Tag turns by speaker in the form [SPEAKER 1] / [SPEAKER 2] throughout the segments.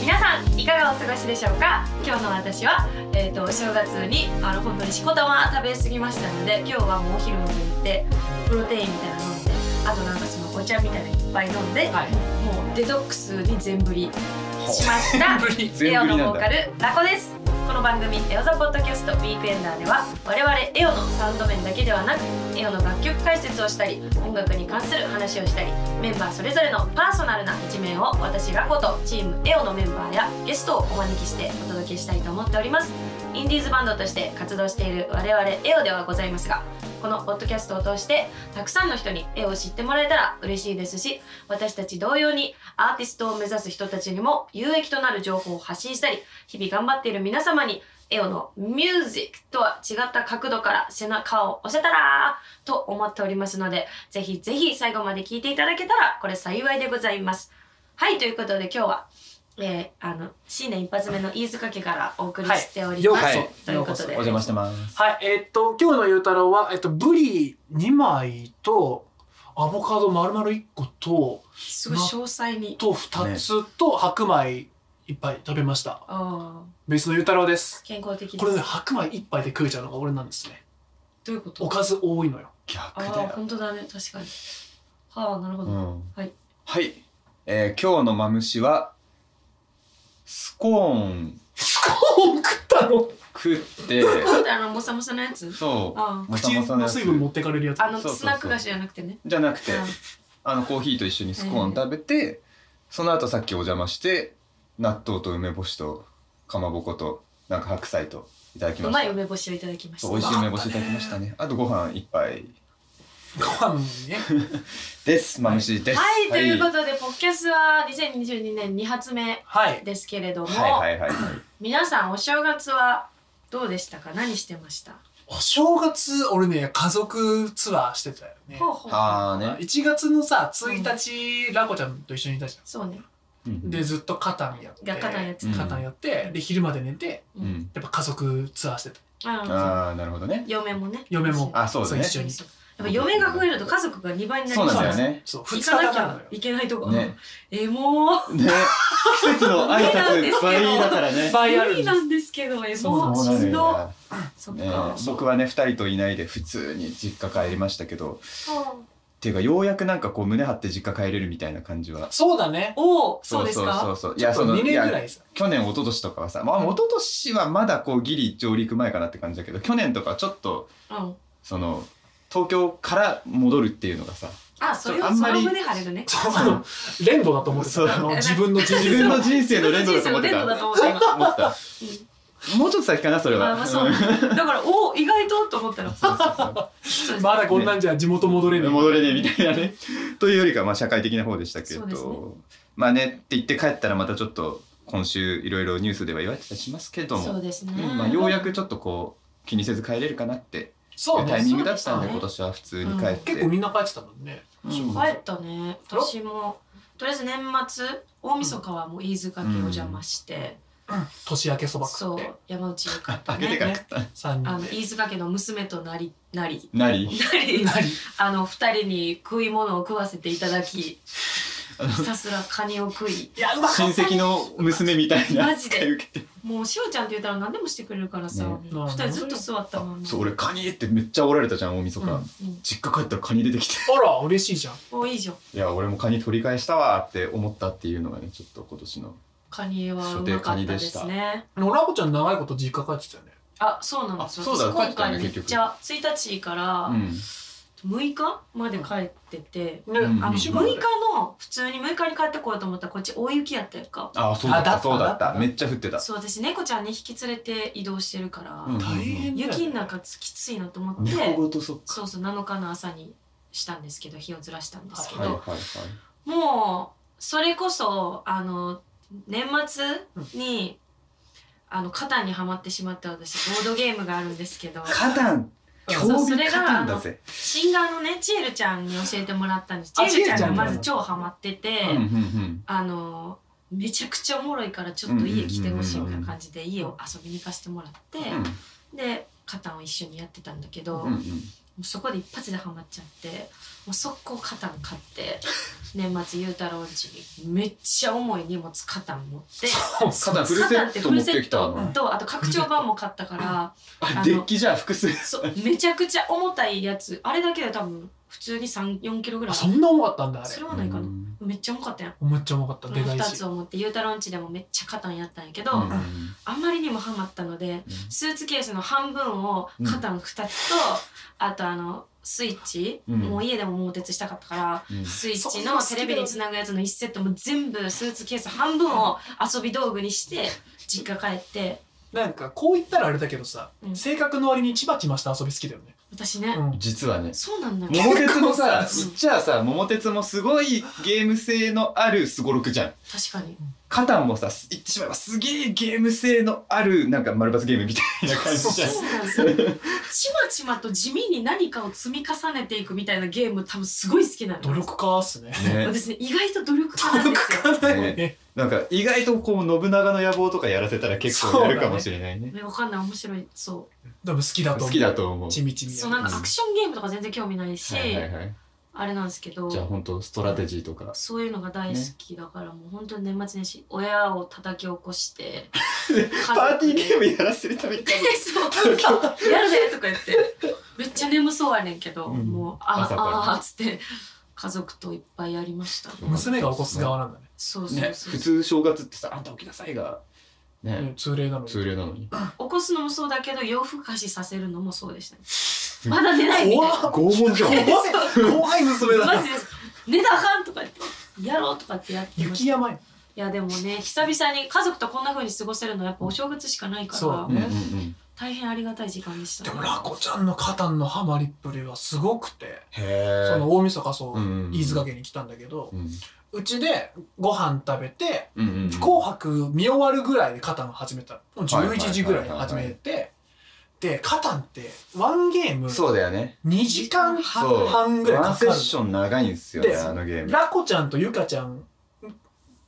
[SPEAKER 1] 皆さんいかがお過ごしでしょうか今日の私は、えー、とお正月にあの本当にしこたま食べ過ぎましたので今日はもうお昼まで行ってプロテインみたいなの飲んであとなんかそのお茶みたいなのいっぱい飲んで、
[SPEAKER 2] はい
[SPEAKER 1] もうデトックスに全振りしました
[SPEAKER 2] ぶり
[SPEAKER 1] エオ
[SPEAKER 3] 全振
[SPEAKER 1] の
[SPEAKER 3] り
[SPEAKER 1] ボ
[SPEAKER 3] な
[SPEAKER 1] ー
[SPEAKER 3] ん
[SPEAKER 1] カ
[SPEAKER 3] だ
[SPEAKER 1] ルラコですこの番組「エオザポッドキャストウィークエンダー」では我々エオのサウンド面だけではなくエオの楽曲解説をしたり音楽に関する話をしたりメンバーそれぞれのパーソナルな一面を私ラコとチームエオのメンバーやゲストをお招きしてお届けしたいと思っておりますインディーズバンドとして活動している我々エオではございますがこのポッドキャストを通してたくさんの人に絵を知ってもらえたら嬉しいですし私たち同様にアーティストを目指す人たちにも有益となる情報を発信したり日々頑張っている皆様にエオのミュージックとは違った角度から背中を押せたらと思っておりますのでぜひぜひ最後まで聞いていただけたらこれ幸いでございますはいということで今日は、えー、あの新年一発目の飯塚家からお送りしております、
[SPEAKER 3] はいようこ
[SPEAKER 1] ということで
[SPEAKER 3] お邪魔してます
[SPEAKER 2] はい、えっと、今日のゆうたろうは、えっと、ブリ2枚と、アボカド丸々1個と、
[SPEAKER 1] すごい詳細に
[SPEAKER 2] と2つと、白米1杯食べました。
[SPEAKER 1] あー
[SPEAKER 2] ベースのゆうたろうです。
[SPEAKER 1] 健康的です
[SPEAKER 2] これね、白米1杯で食えちゃうのが俺なんですね。
[SPEAKER 1] どういうこと
[SPEAKER 2] おかず多いのよ。
[SPEAKER 3] 逆
[SPEAKER 1] ああ
[SPEAKER 3] だ
[SPEAKER 1] ー
[SPEAKER 3] よ、
[SPEAKER 1] 本当だね確かにはあなるほ
[SPEAKER 3] う
[SPEAKER 1] ど、
[SPEAKER 3] ん、
[SPEAKER 1] はい
[SPEAKER 3] はい、えー、今日のマムシはスコーン
[SPEAKER 2] スコーン食ったの
[SPEAKER 3] 食って
[SPEAKER 1] 今度あのもさもさのやつ
[SPEAKER 3] そう
[SPEAKER 1] あ
[SPEAKER 3] もさ
[SPEAKER 2] 口
[SPEAKER 3] もさの
[SPEAKER 2] の
[SPEAKER 3] やつ
[SPEAKER 2] 水分持ってかれるやつ。
[SPEAKER 1] ああの
[SPEAKER 3] そうそうそう
[SPEAKER 1] スナック菓子じゃなくてね
[SPEAKER 3] じゃなくて
[SPEAKER 1] うん
[SPEAKER 3] あのコーヒーと一緒にスコーン食べてその後さっきお邪魔して納豆と梅干しとかまぼことなんか白菜といただき
[SPEAKER 1] う
[SPEAKER 3] ま
[SPEAKER 1] まい
[SPEAKER 3] した
[SPEAKER 1] 梅干しをいただきました
[SPEAKER 3] そう美味しい梅干しいただきましたねあとご飯一杯
[SPEAKER 2] ご飯ね。
[SPEAKER 3] ですマムシです
[SPEAKER 1] はい、ということで、ポッキャスは2022年2発目
[SPEAKER 2] はい。
[SPEAKER 1] ですけれども、
[SPEAKER 3] はいはいはい
[SPEAKER 1] 皆さんお正月はどうでしたか何してました、
[SPEAKER 2] お正月、俺ね、家族ツアーしてたよね。
[SPEAKER 1] ほうほう
[SPEAKER 3] ああね
[SPEAKER 2] 1月のさ、1日、ラコちゃんと一緒にいたじゃん。
[SPEAKER 1] そうね
[SPEAKER 3] うん
[SPEAKER 2] でずっとカタンやって
[SPEAKER 1] がカタンやって
[SPEAKER 3] た
[SPEAKER 2] カタンやってで昼まで寝て
[SPEAKER 1] う、
[SPEAKER 3] うんん
[SPEAKER 2] やっぱ家族ツアーしてた
[SPEAKER 1] ああ
[SPEAKER 3] ああなるほどね
[SPEAKER 1] 嫁もね
[SPEAKER 2] 嫁も
[SPEAKER 3] あそうだね
[SPEAKER 2] そ
[SPEAKER 1] 一緒
[SPEAKER 2] う
[SPEAKER 1] にそうやっぱ嫁が増えると家族が2倍になり
[SPEAKER 3] そう
[SPEAKER 1] ます
[SPEAKER 3] なんだよね
[SPEAKER 2] そう2
[SPEAKER 1] 行
[SPEAKER 2] 日
[SPEAKER 1] かな
[SPEAKER 2] か
[SPEAKER 1] き
[SPEAKER 2] か
[SPEAKER 1] ゃ
[SPEAKER 2] るのよ
[SPEAKER 1] いけないとこ、
[SPEAKER 3] ね
[SPEAKER 1] えもう
[SPEAKER 3] ね季節の挨拶倍だからね
[SPEAKER 2] 倍ある
[SPEAKER 1] 無理なんですけどえもう
[SPEAKER 3] そうな
[SPEAKER 1] し
[SPEAKER 3] る
[SPEAKER 1] んど
[SPEAKER 3] よ
[SPEAKER 1] そっ
[SPEAKER 3] ねね
[SPEAKER 1] か
[SPEAKER 3] 僕はね二人といないで普通に実家帰りましたけど
[SPEAKER 1] うん
[SPEAKER 3] っていうかようやくなんかこう胸張って実家帰れるみたいな感じは
[SPEAKER 2] そうだね
[SPEAKER 1] おおそうですか
[SPEAKER 3] そうそうそうい
[SPEAKER 2] ちょ
[SPEAKER 3] や
[SPEAKER 2] っと
[SPEAKER 3] その
[SPEAKER 2] 2年ぐ
[SPEAKER 3] い
[SPEAKER 2] ら
[SPEAKER 3] や
[SPEAKER 2] いさ
[SPEAKER 3] 去年一昨年とかはさまあ一昨年はまだこうギリ上陸前かなって感じだけど去年とかちょっと
[SPEAKER 1] うん
[SPEAKER 3] その東京から戻るっていうのがさ
[SPEAKER 1] あそれ
[SPEAKER 3] ちょ
[SPEAKER 1] は
[SPEAKER 3] あん
[SPEAKER 1] そ
[SPEAKER 3] ま
[SPEAKER 1] の
[SPEAKER 3] り
[SPEAKER 1] 胸張れるね
[SPEAKER 2] そうあの連動だと思って
[SPEAKER 3] そう
[SPEAKER 2] たあの自分の 人
[SPEAKER 3] 自
[SPEAKER 2] 生
[SPEAKER 3] 分の人生の連動だと思って
[SPEAKER 1] 人生の連動だと
[SPEAKER 3] た
[SPEAKER 1] 思った今
[SPEAKER 3] 思ったもうちょっと先かなそれ
[SPEAKER 1] まあ
[SPEAKER 3] は
[SPEAKER 1] まあそう
[SPEAKER 3] うん
[SPEAKER 1] だからおお意外とと思ったら
[SPEAKER 3] そうそうそう
[SPEAKER 1] そう
[SPEAKER 2] まだこんなんじゃ地元戻れない
[SPEAKER 3] 戻れねえみたいなね。 というよりかはまあ社会的な方でしたけ
[SPEAKER 1] そ
[SPEAKER 3] ど、
[SPEAKER 1] うですね
[SPEAKER 3] まあねって言って帰ったらまたちょっと今週いろいろニュースでは言われてたりしますけど
[SPEAKER 1] そう
[SPEAKER 3] も、
[SPEAKER 1] ですね
[SPEAKER 3] うんまあ、ようやくちょっとこう気にせず帰れるかなってい
[SPEAKER 2] そう
[SPEAKER 3] うタイ
[SPEAKER 2] ね
[SPEAKER 3] ミングだったんで
[SPEAKER 1] そうですね
[SPEAKER 3] 今年は普通に帰って、
[SPEAKER 2] 結構みんな帰ってたもんね
[SPEAKER 3] うん
[SPEAKER 1] 帰ったね私もとりあえず年末大晦日はもう飯塚家お邪魔して
[SPEAKER 2] 年明けそば食
[SPEAKER 1] そ
[SPEAKER 2] って
[SPEAKER 1] う山内に帰った
[SPEAKER 3] 開けてから
[SPEAKER 1] ね
[SPEAKER 3] 食った、
[SPEAKER 2] 3
[SPEAKER 1] あ
[SPEAKER 2] 人
[SPEAKER 1] の
[SPEAKER 2] で
[SPEAKER 1] 飯塚家の娘となりなり
[SPEAKER 3] なり
[SPEAKER 1] なり
[SPEAKER 2] 何
[SPEAKER 1] あの二人に食い物を食わせていただきひ
[SPEAKER 3] あの
[SPEAKER 1] たすらカニを食い
[SPEAKER 2] いやうまか
[SPEAKER 3] 親
[SPEAKER 2] った
[SPEAKER 3] 戚の娘みたいな
[SPEAKER 1] マジで
[SPEAKER 3] 扱い受けて
[SPEAKER 1] もうしおちゃんって言ったら何でもしてくれるからさ、
[SPEAKER 3] ね
[SPEAKER 1] 二人ずっと座ったもんね
[SPEAKER 3] そう俺カニってめっちゃおられたじゃん大晦日、
[SPEAKER 2] うん
[SPEAKER 1] うん
[SPEAKER 3] 実家帰ったらカニ出てきて
[SPEAKER 2] あら嬉しいじゃん
[SPEAKER 1] もういいじゃん
[SPEAKER 3] いや俺もカニ取り返したわーって思ったっていうのがねちょっと今年の
[SPEAKER 1] カニはうまかったですね
[SPEAKER 2] あのラコちゃん長いこと実家帰ってたよね
[SPEAKER 1] あそうなんですよ
[SPEAKER 3] あそうだ
[SPEAKER 1] 私今
[SPEAKER 3] 帰ってたね
[SPEAKER 1] 回めっ
[SPEAKER 3] 結局
[SPEAKER 1] ちゃ1日から
[SPEAKER 3] うん
[SPEAKER 1] 6日まで帰ってて、
[SPEAKER 2] ね
[SPEAKER 3] うん
[SPEAKER 1] あの
[SPEAKER 3] 一
[SPEAKER 1] 6
[SPEAKER 3] 週
[SPEAKER 1] 日
[SPEAKER 3] 間
[SPEAKER 1] の普通に6日に帰ってこようと思ったらこっち大雪やったやんか
[SPEAKER 3] あそうだった
[SPEAKER 2] あだった
[SPEAKER 3] そうだっ
[SPEAKER 2] だったた
[SPEAKER 3] めっちゃ降ってた
[SPEAKER 1] そう私猫ちゃんに引き連れて移動してるから、
[SPEAKER 3] うん
[SPEAKER 2] 大変だよね
[SPEAKER 1] 雪の中きついなと思って
[SPEAKER 3] 猫ごとそっか
[SPEAKER 1] そうそう7日の朝にしたんですけど日をずらしたんですけど、
[SPEAKER 3] はいはいはい
[SPEAKER 1] もうそれこそあの年末に、あの肩にはまってしまった私ボードゲームがあるんですけ ど
[SPEAKER 3] カタン
[SPEAKER 1] そう
[SPEAKER 3] 競
[SPEAKER 1] そ
[SPEAKER 3] 技
[SPEAKER 1] れ
[SPEAKER 3] カ
[SPEAKER 1] が
[SPEAKER 3] タンだぜ
[SPEAKER 1] シンガーのねちえるちゃんに教えてもらったんです
[SPEAKER 2] あ
[SPEAKER 1] ちえるちゃんがま
[SPEAKER 3] ちえ
[SPEAKER 1] ず
[SPEAKER 3] るち
[SPEAKER 1] 超ハマってて、
[SPEAKER 3] うんうんうん
[SPEAKER 1] あのめちゃくちゃおもろいからちょっと家来てほしいみたいな感じで家を遊びに行かせてもらって、
[SPEAKER 3] うん
[SPEAKER 1] でカタンを一緒にやってたんだけど、
[SPEAKER 3] うんうん
[SPEAKER 1] もうそこで一発でハマっちゃってもう速攻カタン買って 年末ゆうたろうちにめっちゃ重い荷物カタン持って
[SPEAKER 3] カタンフルセット持ってきた
[SPEAKER 1] カタンってフルセットとあと拡張版も買った からあ
[SPEAKER 3] あ
[SPEAKER 1] の
[SPEAKER 3] デッキじゃあ複数
[SPEAKER 1] そうめちゃくちゃ重たいやつあれだけで多分普通に34キロぐら
[SPEAKER 2] あ
[SPEAKER 1] い
[SPEAKER 2] そんな重かったんだあれ
[SPEAKER 1] それはないか
[SPEAKER 3] う
[SPEAKER 1] なんめっちゃ重かったやん
[SPEAKER 2] めっちゃ重かった
[SPEAKER 1] こ
[SPEAKER 2] で
[SPEAKER 1] の
[SPEAKER 2] かい
[SPEAKER 1] 2
[SPEAKER 2] し
[SPEAKER 1] つを持ってゆうたろうちでもめっちゃカタンやったんやけど、
[SPEAKER 3] うん
[SPEAKER 1] あまりにもハマったのでスーツケースの半分をカタン2つと、あとあのスイッチ、
[SPEAKER 3] うん
[SPEAKER 1] もう家でももう鉄したかったから、
[SPEAKER 3] うん
[SPEAKER 1] スイッチのテレビにつなぐやつの1セットも全部スーツケース半分を遊び道具にして実家帰って
[SPEAKER 2] なんかこう言ったらあれだけどさ、
[SPEAKER 1] うん
[SPEAKER 2] 性格の割にちばちました遊び好きだよね、
[SPEAKER 1] 私ね、
[SPEAKER 2] うん
[SPEAKER 3] 実はね
[SPEAKER 1] そうなんだよ
[SPEAKER 3] 桃鉄もさ
[SPEAKER 1] 結構さ
[SPEAKER 3] 言っちゃあさ桃鉄もすごいゲーム性のあるすごろくじゃん
[SPEAKER 1] 確かに
[SPEAKER 3] カタンもさ言ってしまえばすげえゲーム性のあるなんか丸バツゲームみたいな感じじゃん
[SPEAKER 1] そうなんですよちまちまと地味に何かを積み重ねていくみたいなゲーム多分すごい好きなの
[SPEAKER 2] 努力家っすね
[SPEAKER 3] ね
[SPEAKER 1] 私ね意外と努力家なんですよ
[SPEAKER 2] 力家だよね
[SPEAKER 3] なんか意外とこう信長の野望とかやらせたら結構やるかもしれないね
[SPEAKER 1] ねわかんない面白いそ
[SPEAKER 2] 多分好きだと思う
[SPEAKER 3] 好きだと思う
[SPEAKER 2] ちみち
[SPEAKER 1] う
[SPEAKER 2] み
[SPEAKER 1] そうなんかアクションゲームとか全然興味ないし、
[SPEAKER 3] はいはいはい
[SPEAKER 1] あれなんですけど
[SPEAKER 3] じゃあ本当ストラテジーとか
[SPEAKER 1] そういうのが大好きだから、もう本当に年末年始親を叩き起こして
[SPEAKER 3] パ
[SPEAKER 1] パ
[SPEAKER 3] ーティーゲー
[SPEAKER 1] ム
[SPEAKER 3] ムやらせるために
[SPEAKER 1] そう やるでとか言ってめっちゃ眠そうやねんけど、
[SPEAKER 3] うん
[SPEAKER 1] もうあ
[SPEAKER 3] 朝からね
[SPEAKER 1] ああっつって家族といっぱいやりました
[SPEAKER 2] 娘が起こす側なんだね
[SPEAKER 1] そうそうそう、
[SPEAKER 3] ね普通正月ってさあんた起きなさいが
[SPEAKER 2] う
[SPEAKER 3] ね
[SPEAKER 2] ん通例なのに
[SPEAKER 3] 通例なのに
[SPEAKER 1] 起こすのもそうだけど夜更かしさせるのもそうでしたねまだ寝ないみたいな
[SPEAKER 2] 怖っ
[SPEAKER 3] 拷問 じゃん
[SPEAKER 2] 怖い怖い娘だ
[SPEAKER 1] マ
[SPEAKER 2] な
[SPEAKER 1] ジです寝なあかんとか言ってやろうとかってやってまし
[SPEAKER 2] 雪
[SPEAKER 1] たい
[SPEAKER 2] 山よ
[SPEAKER 1] やでもね久々に家族とこんな風に過ごせるのはやっぱお正月しかないか
[SPEAKER 2] そう
[SPEAKER 1] ら
[SPEAKER 2] だ
[SPEAKER 3] うん
[SPEAKER 2] ね
[SPEAKER 3] うんうん
[SPEAKER 1] 大変ありがたい時間でした
[SPEAKER 2] でもラコちゃんのカタンのハマりっぷりはすごくて
[SPEAKER 3] へえ
[SPEAKER 2] その大晦日そ
[SPEAKER 3] う
[SPEAKER 2] う
[SPEAKER 3] んうんうん
[SPEAKER 2] 飯塚家に来たんだけど
[SPEAKER 3] うん
[SPEAKER 2] うちでご飯食べて
[SPEAKER 3] うんうんうん
[SPEAKER 2] 「紅白」見終わるぐらいでカタンを始めたもう
[SPEAKER 3] はいはいはいはい
[SPEAKER 2] 11時ぐらいに始めてでカタンってワンゲーム
[SPEAKER 3] そうだよね
[SPEAKER 2] 2時間
[SPEAKER 3] そう
[SPEAKER 2] 半ぐらい
[SPEAKER 3] ワン
[SPEAKER 2] か
[SPEAKER 3] セ
[SPEAKER 2] か
[SPEAKER 3] ッ
[SPEAKER 2] る
[SPEAKER 3] ション長いんですよね
[SPEAKER 2] で
[SPEAKER 3] あのゲーム
[SPEAKER 2] ラコちゃんとゆかちゃん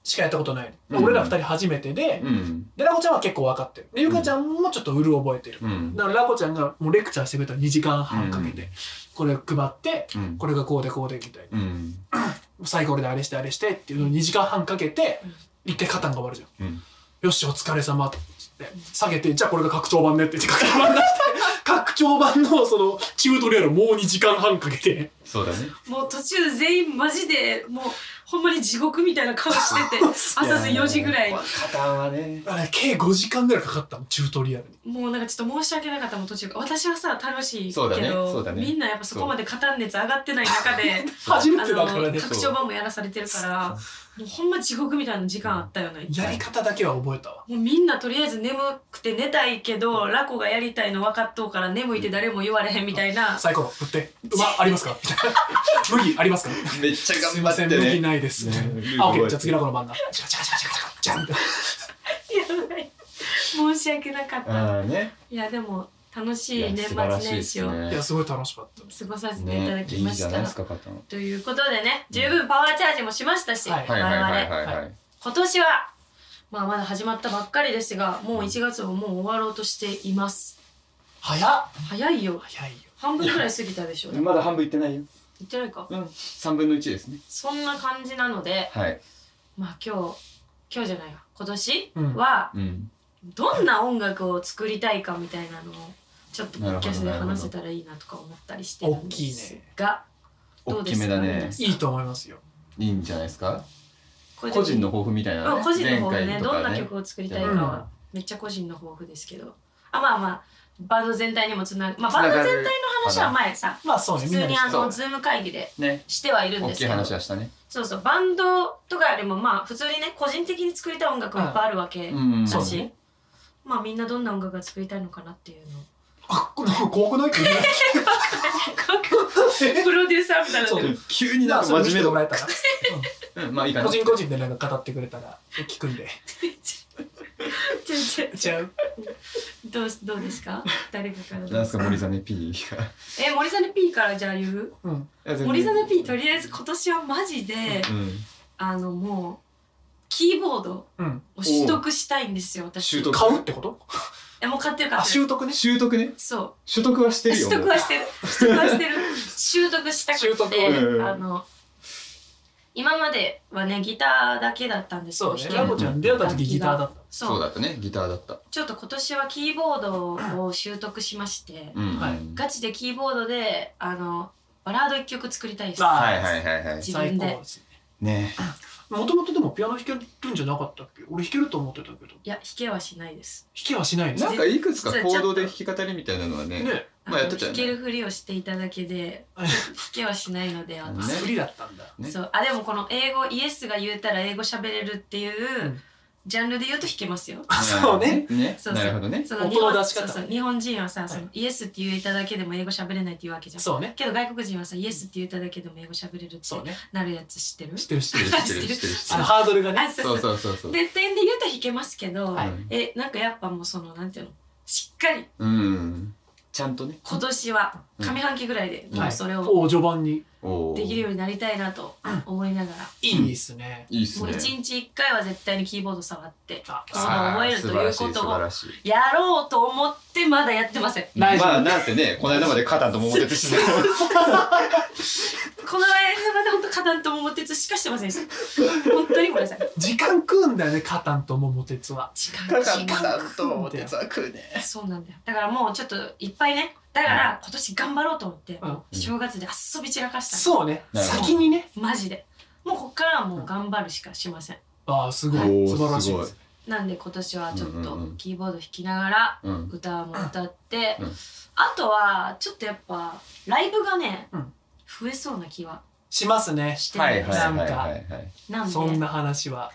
[SPEAKER 2] しかやったことない、
[SPEAKER 3] うん
[SPEAKER 2] 俺ら二人初めてで,、
[SPEAKER 3] うん
[SPEAKER 2] でラコちゃんは結構分かってるでゆかちゃんもちょっとうる覚えてる、
[SPEAKER 3] うん
[SPEAKER 2] だからラコちゃんがもうレクチャーしてくれた2時間半かけて、
[SPEAKER 3] うん
[SPEAKER 2] これ配って
[SPEAKER 3] うん
[SPEAKER 2] これがこうでこうでみたいな、
[SPEAKER 3] うん
[SPEAKER 2] サイコロであれしてあれしてっていうのを2時間半かけて
[SPEAKER 1] うん
[SPEAKER 2] 一回カタンが終わるじゃん
[SPEAKER 3] うん
[SPEAKER 2] よしお疲れ様って言って下げてじゃあこれが拡張版ねって言って拡張版出して拡張版のそのチュートリアルをもう2時間半かけて
[SPEAKER 3] そうだね
[SPEAKER 1] もう途中全員マジでもうほんまに地獄みたいな顔 してて朝4時ぐらい
[SPEAKER 3] やカタンはね
[SPEAKER 2] あれ計5時間ぐらいかかったのチュートリアルに
[SPEAKER 1] もうなんかちょっと申し訳なかったもん途中から私はさ楽しいけ
[SPEAKER 3] そうだねそ
[SPEAKER 1] ど、
[SPEAKER 3] うだね
[SPEAKER 1] みんなやっぱそこまで加担熱上がってない中で
[SPEAKER 2] 初め
[SPEAKER 1] あ
[SPEAKER 2] てだから
[SPEAKER 1] の
[SPEAKER 2] ね
[SPEAKER 3] そう
[SPEAKER 1] 拡張版もやらされてるからもうほんま地獄みたいな時間あったよね
[SPEAKER 2] やり方だけは覚えたわ
[SPEAKER 1] もうみんなとりあえず眠くて寝たいけどラコがやりたいの分かっとうから眠いって誰も言われへんみたいな
[SPEAKER 2] サイコロ振って「馬ありますか?」みたいな「 麦ありますか?」
[SPEAKER 3] めっちゃ
[SPEAKER 2] すい
[SPEAKER 3] 頑
[SPEAKER 2] ま
[SPEAKER 3] 張
[SPEAKER 2] せ
[SPEAKER 3] っ
[SPEAKER 2] ん
[SPEAKER 3] て
[SPEAKER 2] 麦
[SPEAKER 3] ね
[SPEAKER 2] ないです」みたいな
[SPEAKER 3] ね
[SPEAKER 2] あオッケーじゃあ次の子の番だ」チカチカチカチカチカじゃんって
[SPEAKER 1] やばい申し訳なかった
[SPEAKER 3] ああね
[SPEAKER 1] いやでも楽し
[SPEAKER 3] い
[SPEAKER 1] い
[SPEAKER 3] や
[SPEAKER 1] 年
[SPEAKER 3] 素
[SPEAKER 1] 末
[SPEAKER 3] 晴らしい
[SPEAKER 1] 年
[SPEAKER 3] で
[SPEAKER 1] 始
[SPEAKER 3] す
[SPEAKER 1] を
[SPEAKER 2] い
[SPEAKER 3] ね
[SPEAKER 2] やすごい楽しかった
[SPEAKER 1] 過ごさせていただ
[SPEAKER 3] ね
[SPEAKER 1] き
[SPEAKER 3] いい
[SPEAKER 1] まし
[SPEAKER 3] じ
[SPEAKER 1] た、
[SPEAKER 3] ゃないですかカタン
[SPEAKER 1] ということでね十分パワーチャージもしましたし、
[SPEAKER 2] はい
[SPEAKER 3] はいはいはいはい
[SPEAKER 2] は
[SPEAKER 3] はいい
[SPEAKER 1] 今年は、まあ、まだ始まったばっかりですがもう1月ももう終わろうとしています
[SPEAKER 2] 早っ
[SPEAKER 1] 早いよ
[SPEAKER 2] 早いよ
[SPEAKER 1] 半分くらい過ぎたでしょ言
[SPEAKER 3] まだ半分いってないよ
[SPEAKER 1] ってないか
[SPEAKER 3] うん三分の一ですね
[SPEAKER 1] そんな感じなので
[SPEAKER 3] はい
[SPEAKER 1] まあ今日今日じゃないわ今年
[SPEAKER 2] うん
[SPEAKER 1] は
[SPEAKER 3] うん
[SPEAKER 1] どんな音楽を作りたいかみたいなのをちょっとポッドキャストで話せたらいいなとか思ったりしてるんですがど
[SPEAKER 3] 大
[SPEAKER 1] うで
[SPEAKER 3] き
[SPEAKER 1] すか
[SPEAKER 3] めだね
[SPEAKER 2] いいと思いますよ
[SPEAKER 3] いいんじゃないですか
[SPEAKER 1] 個
[SPEAKER 3] 個人の抱負みたいな
[SPEAKER 1] うん個人の方でね
[SPEAKER 3] 前回と
[SPEAKER 1] どん
[SPEAKER 3] か
[SPEAKER 1] な
[SPEAKER 3] ね
[SPEAKER 1] 曲を作りたいか
[SPEAKER 2] うん
[SPEAKER 1] はめっちゃ個人の抱負ですけどあまあまあバンド全体にもつながまあバンド
[SPEAKER 3] つ
[SPEAKER 1] 全
[SPEAKER 3] なが
[SPEAKER 1] 体
[SPEAKER 3] る
[SPEAKER 1] の話は前さ
[SPEAKER 2] まあそうね
[SPEAKER 1] 普
[SPEAKER 2] み
[SPEAKER 1] 通
[SPEAKER 2] んなで
[SPEAKER 1] にあ
[SPEAKER 3] そ
[SPEAKER 1] の
[SPEAKER 3] う
[SPEAKER 1] ズーム会議で
[SPEAKER 3] ね
[SPEAKER 1] してはいるん
[SPEAKER 3] 大
[SPEAKER 1] です
[SPEAKER 3] きい
[SPEAKER 1] けど
[SPEAKER 3] 話はしたね
[SPEAKER 1] そうそうバンドとかよりもまあ普通にね個人的に作りたい音楽はいっぱいあるわけ
[SPEAKER 3] うん
[SPEAKER 1] だ
[SPEAKER 2] そう
[SPEAKER 1] し、まあみんなどんな音楽が作りたいのかなっていうのを
[SPEAKER 2] あこれなんか怖くないか
[SPEAKER 1] プロデューサーみたいになってる
[SPEAKER 3] 急にな
[SPEAKER 2] まあ
[SPEAKER 3] んか
[SPEAKER 2] それ見
[SPEAKER 3] 真面
[SPEAKER 2] せて
[SPEAKER 3] 目
[SPEAKER 2] もらえ
[SPEAKER 3] だ
[SPEAKER 2] たら
[SPEAKER 3] うんまあいいか
[SPEAKER 2] 個
[SPEAKER 3] な
[SPEAKER 2] 人個人でなんか語ってくれたら聞くんで
[SPEAKER 1] ちょちょ
[SPEAKER 2] ちゃう
[SPEAKER 1] どうしどうですか誰かから
[SPEAKER 3] なんすか森さんね P が
[SPEAKER 1] え森さんの P からじゃあ言う
[SPEAKER 2] うん
[SPEAKER 1] 森さんの P と
[SPEAKER 3] り
[SPEAKER 1] りあえず今年はマジで、
[SPEAKER 3] うん
[SPEAKER 1] あのもうキーボード
[SPEAKER 2] うん
[SPEAKER 1] を取得したいんですよ私
[SPEAKER 3] 習得
[SPEAKER 2] 買うってこと
[SPEAKER 1] えもう買ってる買
[SPEAKER 2] あ
[SPEAKER 1] ってる
[SPEAKER 2] 習得ね
[SPEAKER 3] 習得ね
[SPEAKER 1] そう
[SPEAKER 3] 取得はしてるよ
[SPEAKER 1] 取得はしてる取得はしてる 習得した
[SPEAKER 2] 習
[SPEAKER 1] く
[SPEAKER 2] 得
[SPEAKER 1] て、
[SPEAKER 3] うん
[SPEAKER 1] あの今まではねギターだけだったんです
[SPEAKER 2] そうね
[SPEAKER 1] 弾ける
[SPEAKER 2] ラボちゃん出会った時ギターだった
[SPEAKER 1] そう
[SPEAKER 3] そうだったねギターだった
[SPEAKER 1] ちょっと今年はキーボードを習得しまして、
[SPEAKER 3] うんうん
[SPEAKER 2] はい
[SPEAKER 1] ガチでキーボードであのバラード一曲作りたいです
[SPEAKER 2] あ
[SPEAKER 3] はいはいはいはい
[SPEAKER 1] 自
[SPEAKER 2] 最
[SPEAKER 1] 分で
[SPEAKER 2] 高ですね
[SPEAKER 3] ね
[SPEAKER 2] もともとでもピアノ弾けるんじゃなかったっけ俺弾けると思ってたけど弾
[SPEAKER 1] いや弾けはしないです
[SPEAKER 2] けはしないね
[SPEAKER 3] なんかいくつか行動で弾き語りみたいなのはね
[SPEAKER 2] ね
[SPEAKER 3] まあやってたよ
[SPEAKER 1] 弾
[SPEAKER 3] ね
[SPEAKER 1] けるふりをしていただけで 弾けはしないのであの、
[SPEAKER 3] ね
[SPEAKER 2] 不利だったんだ
[SPEAKER 3] ね
[SPEAKER 1] そうあでもこの英語イエスが言えたら英語喋れるっていう、
[SPEAKER 2] ん
[SPEAKER 1] ジャンルで言うと弾けますよ
[SPEAKER 2] あそうね
[SPEAKER 3] ね
[SPEAKER 1] そうそう
[SPEAKER 3] なるほどね
[SPEAKER 1] その
[SPEAKER 2] 音
[SPEAKER 1] 日
[SPEAKER 2] の
[SPEAKER 1] 本
[SPEAKER 2] 出し方
[SPEAKER 1] そうそう日本人はさその、
[SPEAKER 2] は
[SPEAKER 1] イエスって言えただけでも英語喋れないって言うわけじゃん
[SPEAKER 2] そうね
[SPEAKER 1] けど外国人はさイエスって言えただけでも英語喋れるって
[SPEAKER 2] そうね
[SPEAKER 1] なるやつ知ってる
[SPEAKER 2] 知ってる知ってる
[SPEAKER 3] 知ってる知ってる知ってる
[SPEAKER 2] あのハードルがね
[SPEAKER 1] あ
[SPEAKER 3] そうそうそうそう
[SPEAKER 1] 絶対で言うと弾けますけど、
[SPEAKER 2] はい
[SPEAKER 1] えなんかやっぱもうそのなんていうのしっかり
[SPEAKER 3] うんちゃんとね
[SPEAKER 1] 今年は
[SPEAKER 3] うん
[SPEAKER 1] 上半期ぐらいで、
[SPEAKER 3] うん
[SPEAKER 1] もうそれを
[SPEAKER 2] お序盤に
[SPEAKER 3] おー
[SPEAKER 1] できるようになりたいなと思いながら、
[SPEAKER 2] いいですね
[SPEAKER 3] いいっす
[SPEAKER 1] もう
[SPEAKER 3] ね
[SPEAKER 1] 一日一回は絶対にキーボード触って
[SPEAKER 2] あ
[SPEAKER 1] その覚えるというこ
[SPEAKER 3] あー素晴らし素
[SPEAKER 1] と
[SPEAKER 3] 晴
[SPEAKER 1] を
[SPEAKER 3] らしい
[SPEAKER 1] やろうと思ってまだやってません
[SPEAKER 2] 大丈夫
[SPEAKER 3] まあなんせねこの間まで肩と桃鉄してた
[SPEAKER 1] この間まで本当カタンと桃鉄しかしてませんでした本当にごめんなさ い
[SPEAKER 2] 時間食うんだよねカタンと桃鉄は
[SPEAKER 1] 時間
[SPEAKER 3] カ
[SPEAKER 1] 時間
[SPEAKER 3] タンと桃鉄は食うね
[SPEAKER 1] そうなんだよだからもうちょっといっぱいねだから今年頑張ろうと思って、
[SPEAKER 2] うん
[SPEAKER 1] 正月で遊び散らかした
[SPEAKER 2] そうね
[SPEAKER 3] なるほど
[SPEAKER 2] 先にね
[SPEAKER 1] マジでもうこっからはもう頑張るしかしません
[SPEAKER 2] ああすご
[SPEAKER 3] おー
[SPEAKER 2] い素晴らしいですす
[SPEAKER 1] なんで今年はちょっ
[SPEAKER 3] うんうん
[SPEAKER 1] と
[SPEAKER 3] うん
[SPEAKER 1] キーボード弾きながら
[SPEAKER 3] うん
[SPEAKER 1] 歌も歌って、
[SPEAKER 3] うん
[SPEAKER 1] あとはちょっとやっぱライブがね、
[SPEAKER 2] うん
[SPEAKER 1] 増えそうな気は
[SPEAKER 2] しますね
[SPEAKER 1] して
[SPEAKER 3] は
[SPEAKER 1] る
[SPEAKER 3] い
[SPEAKER 1] ん
[SPEAKER 3] はい
[SPEAKER 1] です、
[SPEAKER 3] はいはいはい
[SPEAKER 1] なんで
[SPEAKER 2] そんな話は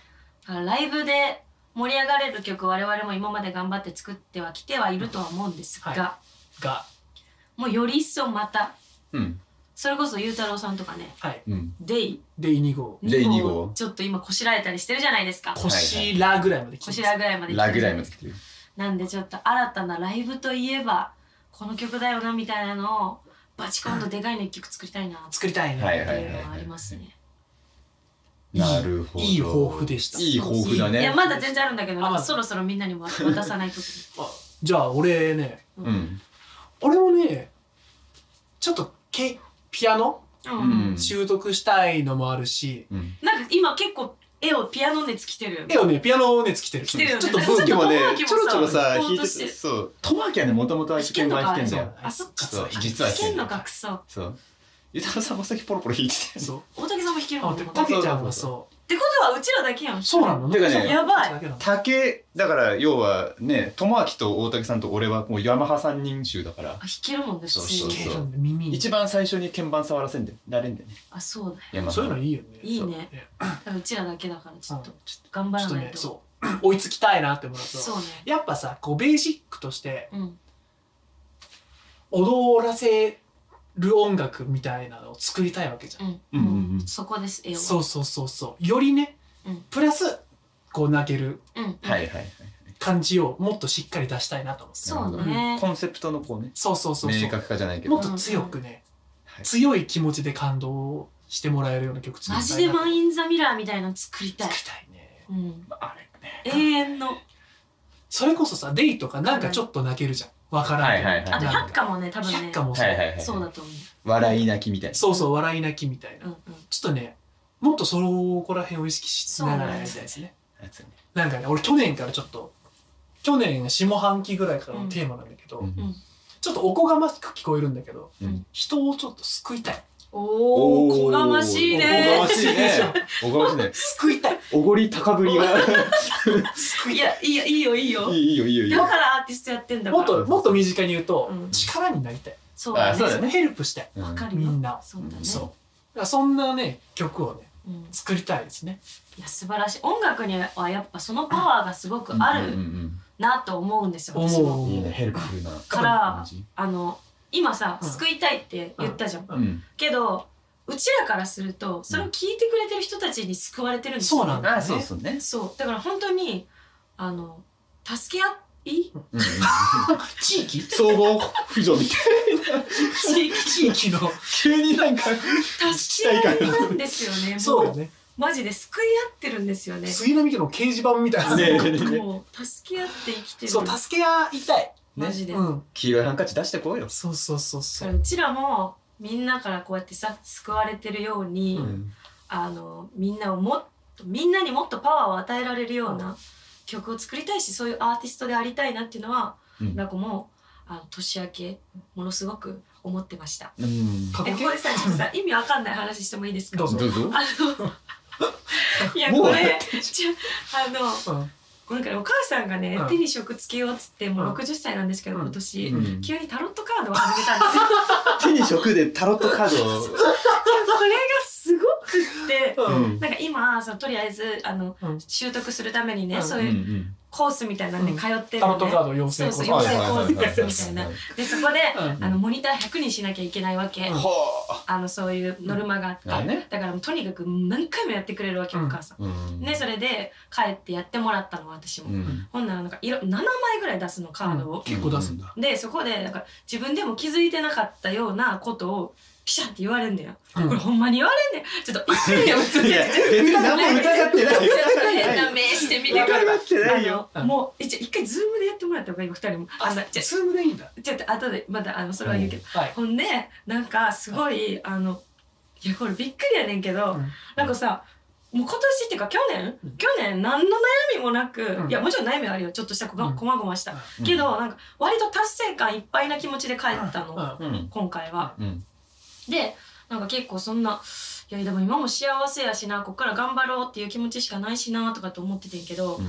[SPEAKER 1] ライブで盛り上がれる曲我々も今まで頑張って作ってはきてはいるとは思うんですが、
[SPEAKER 2] はが
[SPEAKER 1] もうより一層また
[SPEAKER 3] うん
[SPEAKER 1] それこそゆうたろうさんとかね
[SPEAKER 2] はい
[SPEAKER 3] うん
[SPEAKER 1] 「デイ
[SPEAKER 2] で2号
[SPEAKER 3] デイ
[SPEAKER 1] に
[SPEAKER 3] 二号
[SPEAKER 1] ちょっと今こしらえたりしてるじゃないですか
[SPEAKER 2] こしらぐらいまで来
[SPEAKER 1] こ
[SPEAKER 2] て
[SPEAKER 1] し
[SPEAKER 2] ま
[SPEAKER 1] らぐらいまで来て
[SPEAKER 3] ラ
[SPEAKER 1] る
[SPEAKER 3] グ
[SPEAKER 1] じ
[SPEAKER 3] ラ
[SPEAKER 1] ゃ
[SPEAKER 3] イ
[SPEAKER 1] ないで
[SPEAKER 3] ム
[SPEAKER 1] す
[SPEAKER 3] つ
[SPEAKER 1] か
[SPEAKER 3] けてる
[SPEAKER 1] なんでちょっと新たなライブといえばこの曲だよなみたいなのをバチコンとでかいの一曲作りたいな
[SPEAKER 2] す作りたいね、
[SPEAKER 3] はい
[SPEAKER 1] っていうのはありますね。
[SPEAKER 2] いい
[SPEAKER 3] なるほど
[SPEAKER 2] いい抱負でした
[SPEAKER 3] いい抱負だ
[SPEAKER 1] い
[SPEAKER 3] ね
[SPEAKER 1] やまだ全然あるんだけど
[SPEAKER 2] あ
[SPEAKER 1] なん
[SPEAKER 2] ま
[SPEAKER 1] か
[SPEAKER 2] だ
[SPEAKER 1] そろそろみんなにも渡さないと
[SPEAKER 2] あじゃあ俺ね
[SPEAKER 1] う
[SPEAKER 3] う、ん
[SPEAKER 2] あれもねちょっとけピアノ
[SPEAKER 1] う
[SPEAKER 3] うんん
[SPEAKER 2] 習得したいのもあるし、
[SPEAKER 3] うん
[SPEAKER 1] なんか今結構絵をピアノ熱来てるよね
[SPEAKER 2] 絵をねピアノをねつきてる
[SPEAKER 1] 来てるよね
[SPEAKER 2] ちょっと
[SPEAKER 1] ちょっ
[SPEAKER 2] ブ
[SPEAKER 1] と
[SPEAKER 2] ー
[SPEAKER 3] で
[SPEAKER 2] ケ
[SPEAKER 3] もね
[SPEAKER 1] 友明もさ
[SPEAKER 3] ちょろちょろさ
[SPEAKER 1] ぼー
[SPEAKER 3] 弾
[SPEAKER 1] っ
[SPEAKER 3] い
[SPEAKER 1] と
[SPEAKER 3] て
[SPEAKER 1] してる
[SPEAKER 3] そう友明はねもともとは危険は
[SPEAKER 1] 弾
[SPEAKER 3] 弾
[SPEAKER 1] けん
[SPEAKER 3] けん
[SPEAKER 1] の
[SPEAKER 3] だ
[SPEAKER 1] か
[SPEAKER 3] よ
[SPEAKER 1] あそっか
[SPEAKER 3] 実は
[SPEAKER 2] 実は
[SPEAKER 3] 実
[SPEAKER 1] 弾
[SPEAKER 3] は弾
[SPEAKER 1] け
[SPEAKER 3] け
[SPEAKER 1] ん
[SPEAKER 3] んだ
[SPEAKER 1] の
[SPEAKER 3] よ
[SPEAKER 1] かクソ
[SPEAKER 3] そうゆたろうさんもさっきポロポロ弾いてたよ
[SPEAKER 2] そう
[SPEAKER 1] 大竹さんも弾けるも
[SPEAKER 2] あ
[SPEAKER 1] ん
[SPEAKER 2] で
[SPEAKER 1] ね
[SPEAKER 2] たけちゃんはそ
[SPEAKER 1] ってことはうちらだけやん
[SPEAKER 2] うそうなの
[SPEAKER 3] てかね
[SPEAKER 1] やばい
[SPEAKER 2] い
[SPEAKER 3] 竹だから要はね友明と大竹さんと俺はもうヤマハ三人衆だから
[SPEAKER 1] あ弾けるもんね普
[SPEAKER 3] そう
[SPEAKER 1] 通
[SPEAKER 3] そう
[SPEAKER 1] に
[SPEAKER 3] そう
[SPEAKER 2] 耳に
[SPEAKER 3] 一番最初に鍵盤触らせんでなれんだよね
[SPEAKER 1] あそうだよ
[SPEAKER 3] ヤマハ
[SPEAKER 2] そういうのいいよね
[SPEAKER 1] いい
[SPEAKER 2] ね
[SPEAKER 1] ねうちらだけだからちょっと
[SPEAKER 2] うん
[SPEAKER 1] ちょっと頑張
[SPEAKER 2] ちょ
[SPEAKER 1] ら
[SPEAKER 2] っと
[SPEAKER 1] ない
[SPEAKER 2] ね
[SPEAKER 1] と
[SPEAKER 2] そう 追いつきたいなって思うと
[SPEAKER 1] そうね
[SPEAKER 2] やっぱさこうベーシックとして
[SPEAKER 1] うん
[SPEAKER 2] 踊らせる音楽みたいなのを作りたいわけじゃん、
[SPEAKER 1] う
[SPEAKER 3] うんうん
[SPEAKER 1] ん
[SPEAKER 3] うん
[SPEAKER 1] そこです絵を
[SPEAKER 2] そうそうそうそうよりね、
[SPEAKER 1] うん
[SPEAKER 2] プラスこう泣ける
[SPEAKER 1] うんうん
[SPEAKER 3] はいはいはい
[SPEAKER 2] 感じをもっとしっかり出したいなと思う
[SPEAKER 1] そう
[SPEAKER 3] なる
[SPEAKER 1] ね
[SPEAKER 3] ほどコンセプトのこうね
[SPEAKER 2] そうそうそうそ
[SPEAKER 3] 明
[SPEAKER 2] う
[SPEAKER 3] 確化じゃないけ
[SPEAKER 2] も
[SPEAKER 3] ど
[SPEAKER 2] っと強くね、
[SPEAKER 3] はい
[SPEAKER 2] 強い気持ちで感動してもらえるような曲作
[SPEAKER 1] マ
[SPEAKER 2] りた
[SPEAKER 1] ジで
[SPEAKER 2] いなと
[SPEAKER 1] マン・イン・ザ・ミラーみたいなの作りたい
[SPEAKER 2] 作りたいね
[SPEAKER 1] うん
[SPEAKER 3] あれね
[SPEAKER 1] 永遠の
[SPEAKER 2] それこそさデイとかなんかちょっと泣けるじゃんわからんけど
[SPEAKER 3] はいはいはい
[SPEAKER 1] あと
[SPEAKER 2] なん
[SPEAKER 1] 百
[SPEAKER 2] か
[SPEAKER 1] 花もね多分
[SPEAKER 2] 百
[SPEAKER 1] ね
[SPEAKER 2] 花もそう、
[SPEAKER 3] はいはいはい
[SPEAKER 1] そうだと思
[SPEAKER 3] 笑い泣きみたいな
[SPEAKER 2] そうそう笑い泣きみたいな、
[SPEAKER 1] ううんうん
[SPEAKER 2] ちょっとねもっとそこら辺を意識しながらやりたいですね
[SPEAKER 3] やつね
[SPEAKER 2] なんかね俺去年からちょっと去年下半期ぐらいからのテーマなんだけど、
[SPEAKER 3] うん
[SPEAKER 2] ちょっとおこがましく聞こえるんだけど
[SPEAKER 3] うん
[SPEAKER 2] 人をちょっと救いたい
[SPEAKER 1] おおこがましい
[SPEAKER 3] おこ
[SPEAKER 1] ね
[SPEAKER 3] がましい ねおこがましいね
[SPEAKER 2] 救いたい
[SPEAKER 3] おごり高ぶりが
[SPEAKER 1] いやいいよいいよいいよ
[SPEAKER 3] い いいいよいいよいい
[SPEAKER 1] だ
[SPEAKER 3] よ
[SPEAKER 1] からアーティストやってんだから
[SPEAKER 2] もっともっと身近に言うと、
[SPEAKER 1] うん
[SPEAKER 2] 力になりたい
[SPEAKER 1] そうだ
[SPEAKER 3] あそうだ
[SPEAKER 1] ね
[SPEAKER 3] ね
[SPEAKER 2] ヘルプしたい
[SPEAKER 3] うん
[SPEAKER 1] わかる
[SPEAKER 2] み
[SPEAKER 1] よ
[SPEAKER 2] んなを
[SPEAKER 1] そうだね
[SPEAKER 2] そうだからそんなね曲をね
[SPEAKER 1] うん
[SPEAKER 2] 作りたいですね
[SPEAKER 1] いや素晴らしい音楽にはやっぱそのパワーがすごくあ
[SPEAKER 3] うんう
[SPEAKER 1] る
[SPEAKER 3] ん
[SPEAKER 1] なと思うんですよ私も
[SPEAKER 2] 思
[SPEAKER 3] う
[SPEAKER 2] うん
[SPEAKER 3] いいねヘルプフルな
[SPEAKER 1] から
[SPEAKER 3] 感じ
[SPEAKER 1] あの今さ
[SPEAKER 2] うん
[SPEAKER 1] 救いたいって言ったじゃん
[SPEAKER 2] う
[SPEAKER 3] うん
[SPEAKER 1] けどうちらからするとそれを聞いてくれてる人たちに救われてるんですよ
[SPEAKER 2] そうなんだよね
[SPEAKER 3] そうね
[SPEAKER 1] そうだから本当にあの助け合い
[SPEAKER 3] うんうん
[SPEAKER 2] 地域
[SPEAKER 3] 総合扶助みたいな
[SPEAKER 2] 地域の
[SPEAKER 3] 急になんか
[SPEAKER 1] 助け合いなんですよねもう
[SPEAKER 2] そうだね
[SPEAKER 1] マジで救い合ってるんですよね
[SPEAKER 2] 杉並家の掲示板みたいな、
[SPEAKER 3] ね
[SPEAKER 1] もう助け合って生きてる
[SPEAKER 2] そう助け合いたい、
[SPEAKER 1] マジで、
[SPEAKER 2] うん
[SPEAKER 3] 黄色いハンカチ出してこいよ。
[SPEAKER 2] そうそうそう
[SPEAKER 1] そ
[SPEAKER 2] そうう
[SPEAKER 1] うちらもみんなからこうやってさ救われてるように、
[SPEAKER 2] うん
[SPEAKER 1] あのみんなをもっとみんなにもっとパワーを与えられるような曲を作りたいしそういうアーティストでありたいなっていうのは、
[SPEAKER 3] うん
[SPEAKER 1] ラコもあの年明けものすごく思ってました。
[SPEAKER 3] うん
[SPEAKER 2] 過
[SPEAKER 1] え
[SPEAKER 2] 去
[SPEAKER 1] こ
[SPEAKER 2] 形
[SPEAKER 1] こでさちょっとさ意味わかんない話してもいいですか
[SPEAKER 2] どうぞ
[SPEAKER 3] どうぞ。
[SPEAKER 1] あのいや
[SPEAKER 3] もう
[SPEAKER 1] これちょあの
[SPEAKER 2] うん
[SPEAKER 1] これからお母さんがね、
[SPEAKER 2] うん
[SPEAKER 1] 手に職つけようっつってもう60歳なんですけど、
[SPEAKER 2] うん
[SPEAKER 1] 今年、
[SPEAKER 3] うん
[SPEAKER 1] 急にタロットカードを始めたん ですよ。
[SPEAKER 3] 手に職でタロットカードを。
[SPEAKER 1] これがすごくって
[SPEAKER 2] う
[SPEAKER 3] うん
[SPEAKER 2] ん
[SPEAKER 1] なんか今そのとりあえずあの
[SPEAKER 2] うん
[SPEAKER 1] 習得するためにね、
[SPEAKER 2] うん
[SPEAKER 1] そう
[SPEAKER 3] う
[SPEAKER 1] いうんコースみたいなのに通ってる
[SPEAKER 2] タ
[SPEAKER 1] の
[SPEAKER 2] ロット
[SPEAKER 1] ね、
[SPEAKER 2] カード養成講
[SPEAKER 1] そう
[SPEAKER 2] 座
[SPEAKER 1] そう
[SPEAKER 3] は
[SPEAKER 1] 養
[SPEAKER 3] い
[SPEAKER 1] 成講
[SPEAKER 3] はいはいはい
[SPEAKER 1] 座みたいなでそこで、
[SPEAKER 2] うん
[SPEAKER 1] あのモニター100にしなきゃいけないわけ、
[SPEAKER 2] うん
[SPEAKER 3] は
[SPEAKER 1] あのそういうノルマがあって、
[SPEAKER 3] あね
[SPEAKER 1] だからもうとにかく何回もやってくれるわけ、
[SPEAKER 2] うん
[SPEAKER 1] お母さん。
[SPEAKER 3] あ。うん
[SPEAKER 1] でそれで帰ってやってもらったの私も、
[SPEAKER 3] うん
[SPEAKER 1] ほんならなんか色7枚ぐらい出すのカードを、
[SPEAKER 2] 結構出すんだ、
[SPEAKER 1] でそこでなんか自分でも気づいてなかったようなことをピシャって言われんだよ、
[SPEAKER 2] うん
[SPEAKER 1] これほんまに言われんだよちょっと一回やめて
[SPEAKER 3] いや別に何も疑ってない。
[SPEAKER 1] 変な目してみて
[SPEAKER 3] 疑
[SPEAKER 1] から
[SPEAKER 3] ってないよ。
[SPEAKER 1] あのもう一一回ズームでやってもらった方がいいわ二人もあのじゃ
[SPEAKER 2] ズームでいいんだ
[SPEAKER 1] ちょっと後でまだあのそれは言うけど、
[SPEAKER 2] はい
[SPEAKER 1] ほんでなんかすごいあのいやこれびっくりやねんけど、
[SPEAKER 2] うん
[SPEAKER 1] なんかさもう今年っていうか去年、
[SPEAKER 2] うん
[SPEAKER 1] 去年何の悩みもなく、
[SPEAKER 2] うん
[SPEAKER 1] いやもちろん悩みはあるよちょっとしたこが
[SPEAKER 2] うん
[SPEAKER 1] こまごました、
[SPEAKER 3] うん
[SPEAKER 1] けどなんか割と達成感いっぱいな気持ちで帰ったの、
[SPEAKER 2] うん
[SPEAKER 3] うん。
[SPEAKER 1] 今回は。
[SPEAKER 3] うん。
[SPEAKER 1] でなんか結構そんないやでも今も幸せやしなこっから頑張ろうっていう気持ちしかないしなとかと思っててんけど、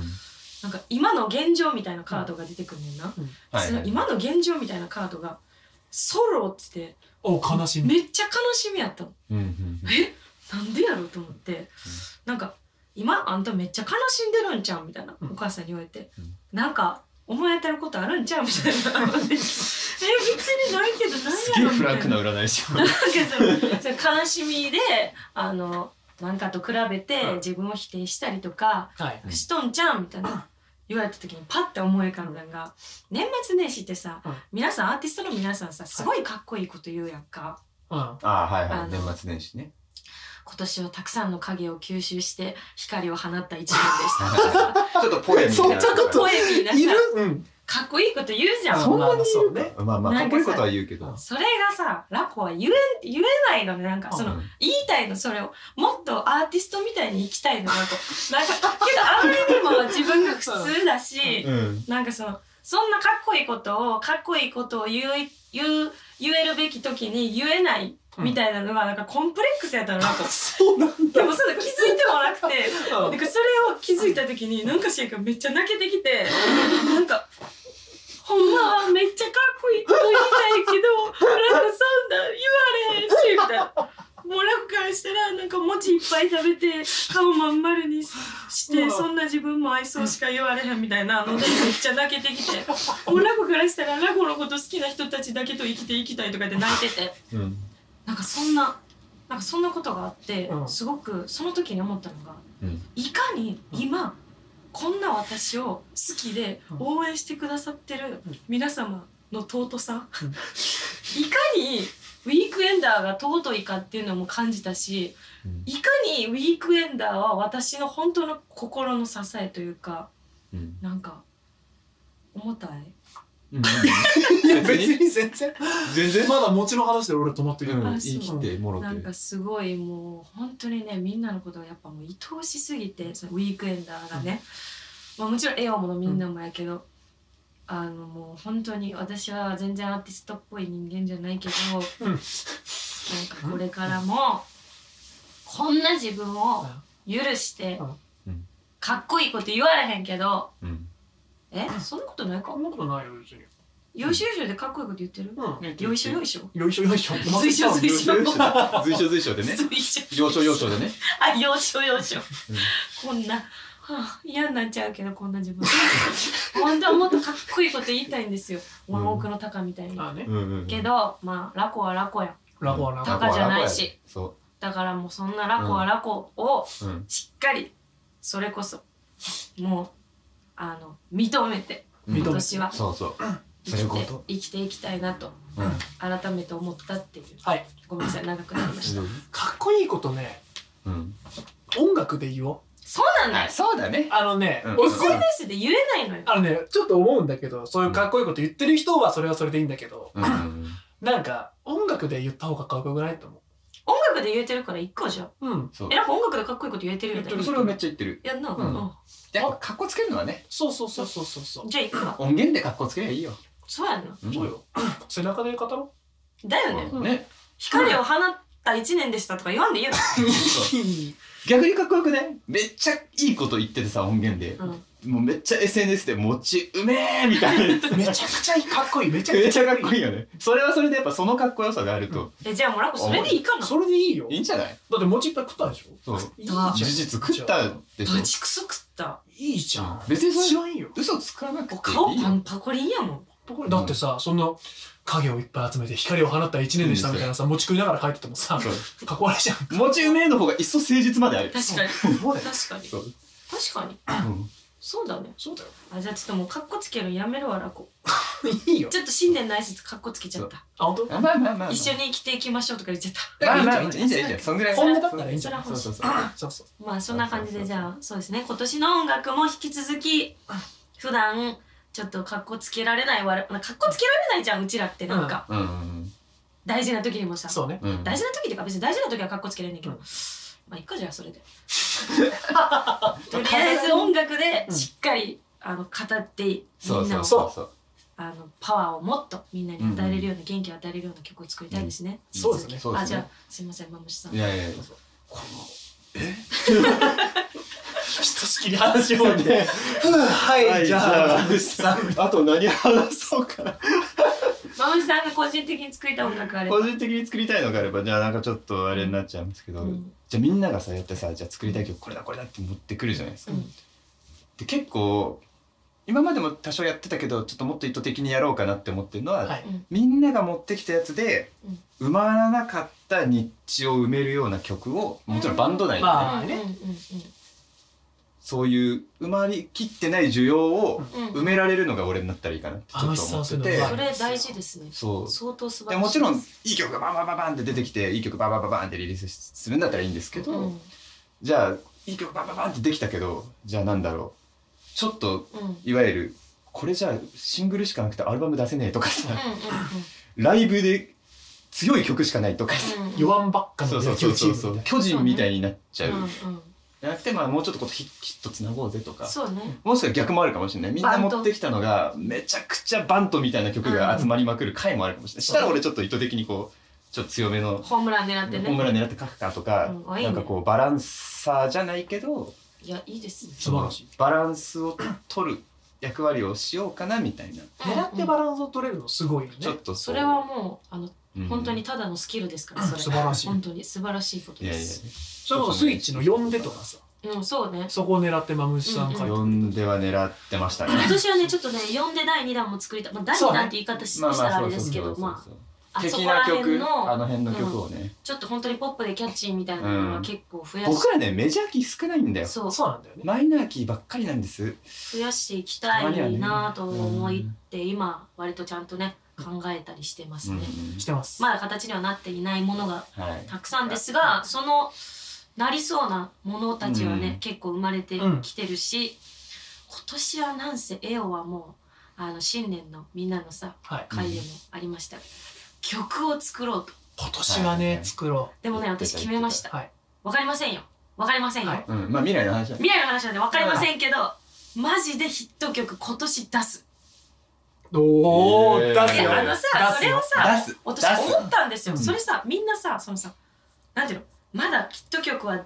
[SPEAKER 1] なんか今の現状みたいなカードが出てくるねんな、
[SPEAKER 3] はい
[SPEAKER 1] その今の現状みたいなカードがソロっつって
[SPEAKER 2] お悲しみ
[SPEAKER 1] めっちゃ悲しみやったの
[SPEAKER 3] うんうん
[SPEAKER 1] えなんでやろうと思って、なんか今あんためっちゃ悲しんでるんちゃうみたいな、
[SPEAKER 2] うん
[SPEAKER 1] お母さんに言われて、
[SPEAKER 3] うん
[SPEAKER 1] なんか思い当たることあるんちゃうみたい なえ別にないけど
[SPEAKER 3] す
[SPEAKER 1] 何
[SPEAKER 3] げえ
[SPEAKER 1] やろみ
[SPEAKER 3] フ
[SPEAKER 1] た
[SPEAKER 3] ラ
[SPEAKER 1] い
[SPEAKER 3] ン
[SPEAKER 1] な
[SPEAKER 3] クな占い師。
[SPEAKER 1] なんかそのその悲しみであのなんかと比べて
[SPEAKER 2] うん
[SPEAKER 1] 自分を否定したりとか
[SPEAKER 2] は
[SPEAKER 1] 「
[SPEAKER 2] い
[SPEAKER 1] しとんちゃん」みたいな言われた時にパッて思い浮かんだのが年末年始ってさ
[SPEAKER 2] うん
[SPEAKER 1] 皆さんアーティストの皆さんさすごいかっこいいこと言うやんか。
[SPEAKER 2] うん
[SPEAKER 3] あはい
[SPEAKER 1] あ
[SPEAKER 3] は
[SPEAKER 1] の
[SPEAKER 3] い。年末年始ね。
[SPEAKER 1] 今年はたくさんの影を吸収して光を放った一年でした。
[SPEAKER 3] ちょっとポエムみたいな。
[SPEAKER 2] そんなこと
[SPEAKER 1] ポエミーない
[SPEAKER 2] る
[SPEAKER 1] さ
[SPEAKER 2] うん
[SPEAKER 1] かっこいいこと言うじゃん。
[SPEAKER 2] そんなにいる
[SPEAKER 3] まあまあまあかっこいいことは言うけど。
[SPEAKER 1] それがさラコは言え言えないのねなんかその
[SPEAKER 3] うん
[SPEAKER 1] 言いたいのそれをもっとアーティストみたいに生きたいのなんかなんかけどあまりにも自分が普通だし、
[SPEAKER 3] うん。
[SPEAKER 1] なんかそのそんなかっこいいことをかっこいいことを言う言う言えるべき時に言えないみたいなのがなんかコンプレックスやったのなんか、
[SPEAKER 2] そうなん
[SPEAKER 1] で
[SPEAKER 2] だ
[SPEAKER 1] もそれ気づいてもなくて
[SPEAKER 2] う
[SPEAKER 1] な
[SPEAKER 2] ん
[SPEAKER 1] んかそれを気づいた時になんかしらんけどめっちゃ泣けてきてなんかほんまはめっちゃかっこいいこと言いたいけどなんかそんなん言われへんしみたいな。もう楽からしたらなんか餅いっぱい食べて顔まん丸にして
[SPEAKER 2] うん
[SPEAKER 1] そんな自分も愛想しか言われへんみたいなのでめっちゃ泣けてきてもう楽からしたらラコのこと好きな人たちだけと生きていきたいとかで泣いてて
[SPEAKER 3] うん。
[SPEAKER 1] なんかそんななんかそんなことがあって、
[SPEAKER 2] うん
[SPEAKER 1] すごくその時に思ったのが、
[SPEAKER 3] うん
[SPEAKER 1] いかに今、こんな私を好きで
[SPEAKER 2] うん
[SPEAKER 1] 応援してくださってる
[SPEAKER 2] うん
[SPEAKER 1] 皆様の尊さ、
[SPEAKER 2] うん
[SPEAKER 1] いかにウィークエンダーが尊いかっていうのも感じたし
[SPEAKER 3] うん
[SPEAKER 1] いかにウィークエンダーは私の本当の心の支えというか
[SPEAKER 3] うん。
[SPEAKER 1] なんか重たい
[SPEAKER 2] いや別に全然
[SPEAKER 3] 全然。
[SPEAKER 2] まだ餅の話で俺止まってる、
[SPEAKER 3] うん
[SPEAKER 1] あそう
[SPEAKER 3] 言い切ってもろ
[SPEAKER 1] なん
[SPEAKER 3] て
[SPEAKER 1] か。すごいもう本当にねみんなのことがやっぱもう愛おしすぎてそのウィークエンダーがね、まあ、もちろんエオもみんなもやけど、あのもう本当に私は全然アーティストっぽい人間じゃないけど、
[SPEAKER 2] うん
[SPEAKER 1] なんかこれからもこんな自分を許して
[SPEAKER 3] うん
[SPEAKER 1] かっこいいこと言われへんけど
[SPEAKER 3] うん。
[SPEAKER 1] えそんなことないか
[SPEAKER 2] そんなことないよ別に
[SPEAKER 1] よいしょよいしょでかっこいいこと言ってる
[SPEAKER 2] うん
[SPEAKER 1] よいしょよいしょ
[SPEAKER 2] よいしょよいしょ
[SPEAKER 1] 随所随所
[SPEAKER 3] 随所随所でね。
[SPEAKER 1] 随所
[SPEAKER 3] 要所要所でね。
[SPEAKER 1] あ、要所要所
[SPEAKER 3] う
[SPEAKER 1] こ
[SPEAKER 3] ん。
[SPEAKER 1] んな、はあ、嫌になっちゃうけど、こんな自分。本当はもっとかっこいいこと言いたいんですよ。ワンオクのタカみたいに。
[SPEAKER 2] あね
[SPEAKER 3] うんうんうん
[SPEAKER 1] けど、まあ、ラコはラコやん。
[SPEAKER 2] ラコはラ
[SPEAKER 1] タ
[SPEAKER 2] コ
[SPEAKER 1] カじゃないし。
[SPEAKER 3] そ
[SPEAKER 1] だからもうそんなラコはラコを
[SPEAKER 3] う。うん。
[SPEAKER 1] しっかり、それこそ、もう、あの、認めて、
[SPEAKER 3] うん
[SPEAKER 2] 認
[SPEAKER 1] 今
[SPEAKER 2] め
[SPEAKER 1] 年は
[SPEAKER 3] そうそう。
[SPEAKER 1] 生
[SPEAKER 3] そう
[SPEAKER 1] き
[SPEAKER 3] いうこ
[SPEAKER 1] て
[SPEAKER 3] と、
[SPEAKER 1] 生きていきたいなと、
[SPEAKER 3] うん。
[SPEAKER 1] 改めて思ったっていう。
[SPEAKER 2] はい
[SPEAKER 1] ごめんなさい、長くなりました。
[SPEAKER 2] かっこいいことね
[SPEAKER 3] うん。
[SPEAKER 2] 音楽で言おう
[SPEAKER 1] そうなんだ
[SPEAKER 3] あ
[SPEAKER 1] よ
[SPEAKER 3] そうだね
[SPEAKER 2] あのね、
[SPEAKER 3] うん
[SPEAKER 2] 僕
[SPEAKER 1] SNS で言えないのよ
[SPEAKER 2] あのねちょっと思うんだけどそういうかっこいいこと言ってる人はそれはそれでいいんだけど、
[SPEAKER 3] うんうん
[SPEAKER 2] なんか音楽で言った方がかっこよくないと思
[SPEAKER 1] 音楽で言えてるから行こうじゃん
[SPEAKER 2] ううん
[SPEAKER 3] そう
[SPEAKER 1] えなんか音楽でかっこいいこと言えてるよ
[SPEAKER 3] 言っ
[SPEAKER 1] ね
[SPEAKER 3] てるそれはめっちゃ言ってる
[SPEAKER 1] やんな、
[SPEAKER 3] うん
[SPEAKER 1] う、
[SPEAKER 3] やっぱかっこつけるのはね
[SPEAKER 2] そうそうそうそうそうそうん
[SPEAKER 1] じゃあ行くわ
[SPEAKER 3] 音源でかっこつけりゃいいよ
[SPEAKER 1] そうやんな
[SPEAKER 2] そうよ 背中で語ろ
[SPEAKER 1] だよね、
[SPEAKER 3] うんね
[SPEAKER 1] 光を放った一年でしたとか言わんでいいよ、
[SPEAKER 3] そう 逆にかっこよくねめっちゃいいこと言っててさ音源で
[SPEAKER 1] う、ん、
[SPEAKER 3] もうめっちゃ SNS で「もちうめえ!」みたいなやつ
[SPEAKER 2] うめちゃくちゃいいかっこいいめち ゃ
[SPEAKER 3] め
[SPEAKER 2] く
[SPEAKER 3] っ
[SPEAKER 2] ち
[SPEAKER 3] ちゃ
[SPEAKER 2] ゃ
[SPEAKER 3] かっこいいよねそれはそれでやっぱそのかっこよさがあると、
[SPEAKER 1] えじゃあもらこそれでいいかな
[SPEAKER 2] それでいいよ
[SPEAKER 3] いいんじゃない
[SPEAKER 2] だって餅いっぱい食ったでしょ
[SPEAKER 3] そう
[SPEAKER 2] いいじゃん
[SPEAKER 3] 事実食ったでし
[SPEAKER 1] バ
[SPEAKER 3] ょ
[SPEAKER 1] チクソ食った
[SPEAKER 2] いいじゃん
[SPEAKER 3] 別にそれ
[SPEAKER 2] 知らんよ
[SPEAKER 3] 嘘つかなくてい
[SPEAKER 1] お顔
[SPEAKER 3] い
[SPEAKER 1] パ
[SPEAKER 3] よ
[SPEAKER 1] ンパコリンやもん
[SPEAKER 2] だってさ、そんな影をいっぱい集めて光を放った一年でしたみたいなさ、持ち食いながら帰っててもさ、
[SPEAKER 3] そう
[SPEAKER 2] かっこ悪い じゃん。
[SPEAKER 3] もちうめえの方がいっそ誠実まである
[SPEAKER 1] 確かに
[SPEAKER 2] そうだよ。
[SPEAKER 1] 確かに
[SPEAKER 3] そう
[SPEAKER 1] 確かにそうだね
[SPEAKER 2] そうだよ。
[SPEAKER 1] あじゃあちょっともうカッコつけるのやめるわラコ
[SPEAKER 2] いいよ。
[SPEAKER 1] ちょっと新年の挨拶カッコつけちゃった
[SPEAKER 2] あ、ほんと
[SPEAKER 3] まあまあまあまあ
[SPEAKER 1] 一緒に生きていきましょうとか言っちゃった
[SPEAKER 3] まあまあいいんじゃんいいんじゃんいいんじゃんそんぐらい
[SPEAKER 2] 本音だったらいいんじゃ
[SPEAKER 1] ない
[SPEAKER 3] そうそうそう
[SPEAKER 2] そうそう。
[SPEAKER 1] まあそんな感じでじゃあそうですね今年の音楽も引き続き普段ちょっと格好つけられないわら格好つけられないじゃんうちらってなんか
[SPEAKER 3] うんうん
[SPEAKER 1] 大事な時にもさ
[SPEAKER 2] そうね。
[SPEAKER 3] うん
[SPEAKER 1] 大事な時っていうか別に大事な時は格好つけられないけど
[SPEAKER 2] うん
[SPEAKER 1] まあいっかじゃあそれでとりあえず音楽でしっかりあの語ってみ
[SPEAKER 3] そうん
[SPEAKER 1] なを
[SPEAKER 3] そうそうそう
[SPEAKER 1] あのパワーをもっとみんなに与えれるような元気を与えれるような曲を作りたいですね。
[SPEAKER 2] そうですね
[SPEAKER 3] そう
[SPEAKER 1] あ
[SPEAKER 3] です
[SPEAKER 1] じゃあ
[SPEAKER 3] ね
[SPEAKER 1] すいませんマムシさん。
[SPEAKER 3] いやいやいやこ
[SPEAKER 2] ひとしきり話 をね。ふぅ、は
[SPEAKER 3] はい
[SPEAKER 2] い、じゃあ、さん。
[SPEAKER 3] のあと何話そうかな
[SPEAKER 1] マムシさんが個人的に作りたい音楽あれば
[SPEAKER 3] 個。人的に作りたいのがあればじゃあなんかちょっとあれになっちゃうんですけど、
[SPEAKER 1] うん
[SPEAKER 3] じゃあみんながさやってさじゃあ作りたい曲これだこれだって持ってくるじゃないですか。
[SPEAKER 1] うん
[SPEAKER 3] で結構今までも多少やってたけどちょっともっと意図的にやろうかなって思ってるのは、
[SPEAKER 2] はい。
[SPEAKER 3] みんなが持ってきたやつで、埋まらなかった日地を埋めるような曲をもちろんバンド内で、ね
[SPEAKER 2] うんまあ
[SPEAKER 1] うん
[SPEAKER 2] ね
[SPEAKER 1] うんうん
[SPEAKER 3] そういう埋まりきってない需要を
[SPEAKER 1] うんうん
[SPEAKER 3] 埋められるのが俺になったらいいかなってちょっと思ってて
[SPEAKER 2] あの。
[SPEAKER 1] それ大事ですね。
[SPEAKER 3] そう
[SPEAKER 1] 相当素晴らし
[SPEAKER 3] で
[SPEAKER 1] い。
[SPEAKER 3] もちろんいい曲がバンバンバンバンって出てきていい曲バンバンバンバンってリリースするんだったらいいんですけど、
[SPEAKER 1] うん
[SPEAKER 3] じゃあいい曲バンバンバンってできたけどじゃあなんだろうちょっと
[SPEAKER 1] うんうんうん
[SPEAKER 3] いわゆるこれじゃあシングルしかなくてアルバム出せねえとかさ、
[SPEAKER 1] う
[SPEAKER 3] ライブで強い曲しかないとかさ、
[SPEAKER 1] んうん。
[SPEAKER 2] 言わんばっか
[SPEAKER 3] そ
[SPEAKER 2] の
[SPEAKER 3] うそう
[SPEAKER 2] 野
[SPEAKER 3] そう
[SPEAKER 2] 球チ
[SPEAKER 3] そうそう
[SPEAKER 2] ームみたい
[SPEAKER 3] 巨人みたいになっちゃう、
[SPEAKER 1] うんうん
[SPEAKER 3] じゃなくてまあもうちょっとこうヒヒットつなごうぜとか
[SPEAKER 1] そうね。
[SPEAKER 3] もしくは逆もあるかもしれないみんな
[SPEAKER 1] バン
[SPEAKER 3] 持
[SPEAKER 1] ト
[SPEAKER 3] ってきたのがめちゃくちゃバントみたいな曲が集まりまくる回もあるかもしれない、したら俺ちょっと意図的にこうちょっと強めの
[SPEAKER 1] ホームラン狙って
[SPEAKER 3] ホーム
[SPEAKER 1] ね。
[SPEAKER 3] ラン狙って書くかとか、
[SPEAKER 1] うんあいいね
[SPEAKER 3] なんかこうバランサーじゃないけど
[SPEAKER 1] いやいいですね。
[SPEAKER 2] 素晴らしい
[SPEAKER 3] バランスを取る役割をしようかなみたいな、
[SPEAKER 1] うん
[SPEAKER 2] 狙ってバランスを取れるのすごいよね。
[SPEAKER 3] ちょっと
[SPEAKER 1] そうれはもうあの
[SPEAKER 3] うん
[SPEAKER 1] 本当にただのスキルですからそ
[SPEAKER 2] 素晴
[SPEAKER 1] れ。
[SPEAKER 2] らしい。
[SPEAKER 1] 本当に素晴らしいこと
[SPEAKER 3] いやい
[SPEAKER 1] で
[SPEAKER 3] や
[SPEAKER 1] す。
[SPEAKER 2] それこそスイッチの呼んでとかさ、
[SPEAKER 1] うんそうね。
[SPEAKER 2] そこを狙ってマムシさん書いて
[SPEAKER 3] 呼んでは狙ってましたね
[SPEAKER 1] 今年は ねちょっとね呼んで第2弾も作りたい、まあ、第
[SPEAKER 2] そう
[SPEAKER 1] 2
[SPEAKER 2] ね
[SPEAKER 1] 弾って言い方し,、したらあれですけどまああそ
[SPEAKER 3] 的
[SPEAKER 1] こら
[SPEAKER 3] な
[SPEAKER 1] 辺
[SPEAKER 3] 曲あ
[SPEAKER 1] の
[SPEAKER 3] の辺の曲をね、
[SPEAKER 1] ちょっと本当にポップでキャッチーみたいなのは結構増やし
[SPEAKER 3] 僕、らねメジャーキー少ないんだよ
[SPEAKER 1] そう
[SPEAKER 2] そうなんだよね。
[SPEAKER 3] マイナーキーばっかりなんです
[SPEAKER 1] 増やしていきたいなと思って、今割とちゃんとね考えたりしてますね、
[SPEAKER 2] してます。
[SPEAKER 1] まだ形にはなっていないものが
[SPEAKER 3] うんはい
[SPEAKER 1] たくさんですがそのなりそうなものたちはね、
[SPEAKER 3] うん
[SPEAKER 1] 結構生まれてきてるし、今年はなんせエオはもうあの新年のみんなのさ
[SPEAKER 2] はい。
[SPEAKER 1] 回でもありました、曲を作ろうと
[SPEAKER 2] 今年はね、作ろ
[SPEAKER 1] でもね
[SPEAKER 3] 言ってた
[SPEAKER 1] 私決めました
[SPEAKER 2] う。はい。
[SPEAKER 1] わかりませんよわかりませんよ、
[SPEAKER 2] はい
[SPEAKER 3] うんまあ未来の話だね
[SPEAKER 1] 未来の話なんでわかりませんけど、マジでヒット曲今年出す
[SPEAKER 2] おー、
[SPEAKER 3] えー
[SPEAKER 2] 出
[SPEAKER 1] い
[SPEAKER 2] すよ。
[SPEAKER 1] やあのさそ
[SPEAKER 2] 出す
[SPEAKER 1] れ
[SPEAKER 2] よ
[SPEAKER 1] をさ
[SPEAKER 3] 出す
[SPEAKER 1] 私
[SPEAKER 3] 出
[SPEAKER 1] 思ったんですよ、
[SPEAKER 3] うん
[SPEAKER 1] それさみんなさそのさなんていうのまだヒット曲は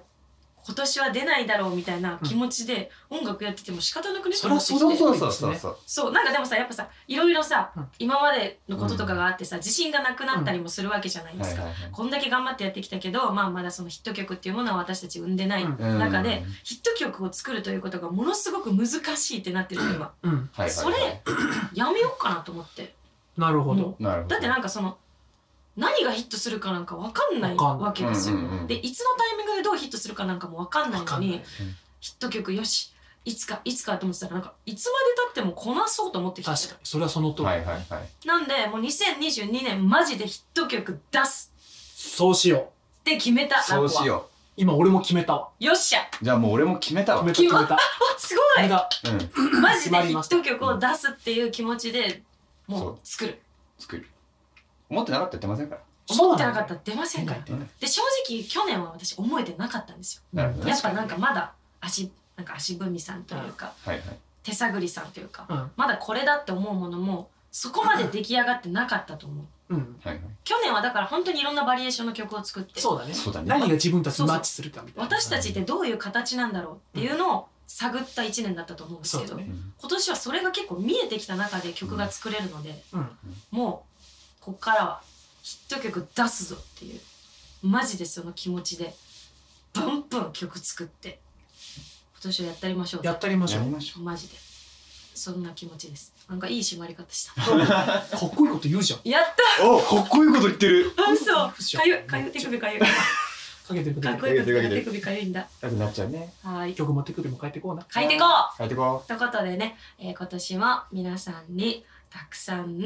[SPEAKER 1] 今年は出ないだろうみたいな気持ちで音楽やってても仕方なくね
[SPEAKER 2] そりゃ
[SPEAKER 1] と
[SPEAKER 2] そ
[SPEAKER 1] 思
[SPEAKER 2] う
[SPEAKER 1] っ
[SPEAKER 2] だ
[SPEAKER 1] てき
[SPEAKER 3] そう
[SPEAKER 1] て
[SPEAKER 3] そうそうそうそう
[SPEAKER 1] そうなんかでもさやっぱさいろいろさ、
[SPEAKER 2] うん
[SPEAKER 1] 今までのこととかがあってさ自信がなくなったりもするわけじゃないですか、
[SPEAKER 3] はいはいはい
[SPEAKER 1] こんだけ頑張ってやってきたけど、まあ、まだそのヒット曲っていうものは私たち生んでない
[SPEAKER 3] うん
[SPEAKER 1] 中で、ヒット曲を作るということがものすごく難しいってなってる 今
[SPEAKER 2] うん。
[SPEAKER 3] はいはいはい
[SPEAKER 1] それやめようかなと思って
[SPEAKER 2] なるほ
[SPEAKER 1] も
[SPEAKER 2] ど。
[SPEAKER 1] う
[SPEAKER 3] なるほど
[SPEAKER 1] だってなんかその何がヒットするかなんか分かんない
[SPEAKER 2] わかんない
[SPEAKER 1] わけですよ、
[SPEAKER 3] うんうんうん
[SPEAKER 1] でいつのタイミングでどうヒットするかなんかも分かんない
[SPEAKER 2] わか
[SPEAKER 1] の
[SPEAKER 2] ん
[SPEAKER 1] に
[SPEAKER 2] ない。
[SPEAKER 1] ヒット曲よしいつかいつかと思ってたらなんかいつまでたってもこなそうと思ってきて
[SPEAKER 2] 確かに。それはその通り
[SPEAKER 3] は。いはいはい
[SPEAKER 1] なんでもう2022年マジでヒット曲出す
[SPEAKER 2] そうしよ
[SPEAKER 1] って決めた
[SPEAKER 3] そうしよ
[SPEAKER 2] 今俺も決めたわ
[SPEAKER 1] よっしゃ
[SPEAKER 3] じゃあもう俺も決めたわ
[SPEAKER 2] 決めた
[SPEAKER 1] 決
[SPEAKER 2] 決
[SPEAKER 1] ま
[SPEAKER 2] めた
[SPEAKER 1] す
[SPEAKER 2] 決
[SPEAKER 1] ご
[SPEAKER 2] め
[SPEAKER 1] い
[SPEAKER 2] た
[SPEAKER 3] うん
[SPEAKER 1] マジで
[SPEAKER 2] 決ま
[SPEAKER 1] ヒ
[SPEAKER 2] りまし
[SPEAKER 1] ッ
[SPEAKER 2] た
[SPEAKER 1] ト曲を出すっていう気持ちでも
[SPEAKER 3] そうう
[SPEAKER 1] 作る
[SPEAKER 3] 作る思ってなかったら出ませんから
[SPEAKER 1] 思ってなかったら出ませんから
[SPEAKER 2] そうなんだよね
[SPEAKER 1] で正直去年は私思えてなかったんです
[SPEAKER 3] なるほど
[SPEAKER 1] よ
[SPEAKER 3] ね
[SPEAKER 1] やっぱなんかまだ足なんか足踏みさんというか
[SPEAKER 3] はいはい
[SPEAKER 1] 手探りさんというか
[SPEAKER 2] うん
[SPEAKER 1] まだこれだって思うものもそこまで出来上がってなかったと思う
[SPEAKER 2] うん
[SPEAKER 3] はいはい
[SPEAKER 1] 去年はだから本当にいろんなバリエーションの曲を作って
[SPEAKER 2] そうだね
[SPEAKER 3] そうだね
[SPEAKER 2] 何が自分たちにマッチするかみたいな
[SPEAKER 1] 私たちってどういう形なんだろうっていうのを探った1年だったと思うんですけど、
[SPEAKER 2] そうだね
[SPEAKER 3] うん
[SPEAKER 1] 今年はそれが結構見えてきた中で曲が作れるので、
[SPEAKER 2] うん
[SPEAKER 1] もうこっからはヒット曲出すぞっていうマジでその気持ちでブンブン曲作って今年はやってやりましょう
[SPEAKER 2] やってやりましょ
[SPEAKER 3] やり
[SPEAKER 2] う
[SPEAKER 3] ましょ
[SPEAKER 1] マジでそんな気持ちですなんかいい締まり方した
[SPEAKER 2] かっこいいこと言うじゃん
[SPEAKER 1] やっ
[SPEAKER 3] うおかっこいいこと言ってる
[SPEAKER 1] た嘘
[SPEAKER 2] かっこいいじゃん
[SPEAKER 1] かゆいかゆい手首かゆい
[SPEAKER 2] かけてく
[SPEAKER 1] か
[SPEAKER 2] れ
[SPEAKER 1] っ
[SPEAKER 2] る
[SPEAKER 1] こいいこと言う手首かゆいんだ
[SPEAKER 3] なくなっちゃうね
[SPEAKER 1] はーい
[SPEAKER 2] 曲も手首も変えてこうな
[SPEAKER 1] 書いてこう
[SPEAKER 3] 書いてこう
[SPEAKER 1] ということでね、えー今年も皆さんにたくさん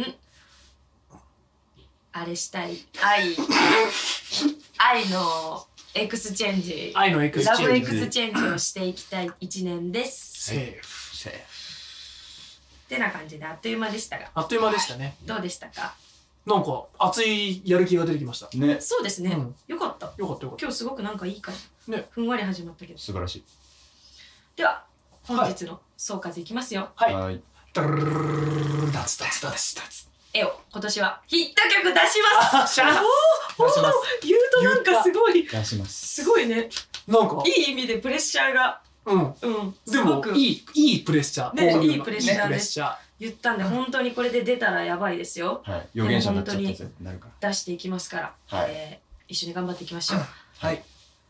[SPEAKER 1] あれしたい 愛愛のエクスチェンジ
[SPEAKER 2] 愛のエクス
[SPEAKER 1] ラ
[SPEAKER 2] チ
[SPEAKER 1] ブ
[SPEAKER 2] ェ
[SPEAKER 1] エ
[SPEAKER 2] ンジ
[SPEAKER 1] クスチェンジをしていきたい一年です。
[SPEAKER 2] セーフ
[SPEAKER 3] せー
[SPEAKER 1] ってな感じであっという間でしたが
[SPEAKER 2] あっという間でしたね
[SPEAKER 1] どうでしたか
[SPEAKER 2] なんか熱いやる気が出てきました
[SPEAKER 3] ね
[SPEAKER 1] そうですね、
[SPEAKER 2] うん
[SPEAKER 1] よかった
[SPEAKER 2] よかったよかっ
[SPEAKER 1] 今日すごくなんかいい感じ、
[SPEAKER 2] ね
[SPEAKER 1] ふんわり始まったけど
[SPEAKER 3] 素晴らしい
[SPEAKER 1] では
[SPEAKER 2] た
[SPEAKER 1] 本日の総括いきますよ、
[SPEAKER 2] はい
[SPEAKER 3] はい
[SPEAKER 2] ダルルルルルルルルダツダツダツダツ
[SPEAKER 1] 絵を今年はヒット曲出します
[SPEAKER 2] あっしゃー
[SPEAKER 1] おー
[SPEAKER 2] 出します
[SPEAKER 1] 言うとなんかすごい
[SPEAKER 3] 出します
[SPEAKER 1] すごいね
[SPEAKER 2] なんか
[SPEAKER 1] いい意味でプレッシャーが
[SPEAKER 2] うん
[SPEAKER 1] うん、
[SPEAKER 2] です
[SPEAKER 1] ご
[SPEAKER 2] も
[SPEAKER 1] く
[SPEAKER 2] いいいいプレッシャー
[SPEAKER 1] ね
[SPEAKER 2] こううの
[SPEAKER 1] いいプレッシャーです
[SPEAKER 2] いいプレッシャー
[SPEAKER 1] 言ったんで本当にこれで出たらやばいですよ
[SPEAKER 3] はい予言者になっちゃったやつになるから
[SPEAKER 1] 出していきますから、
[SPEAKER 3] はい
[SPEAKER 1] えー一緒に頑張っていきましょう。
[SPEAKER 2] はい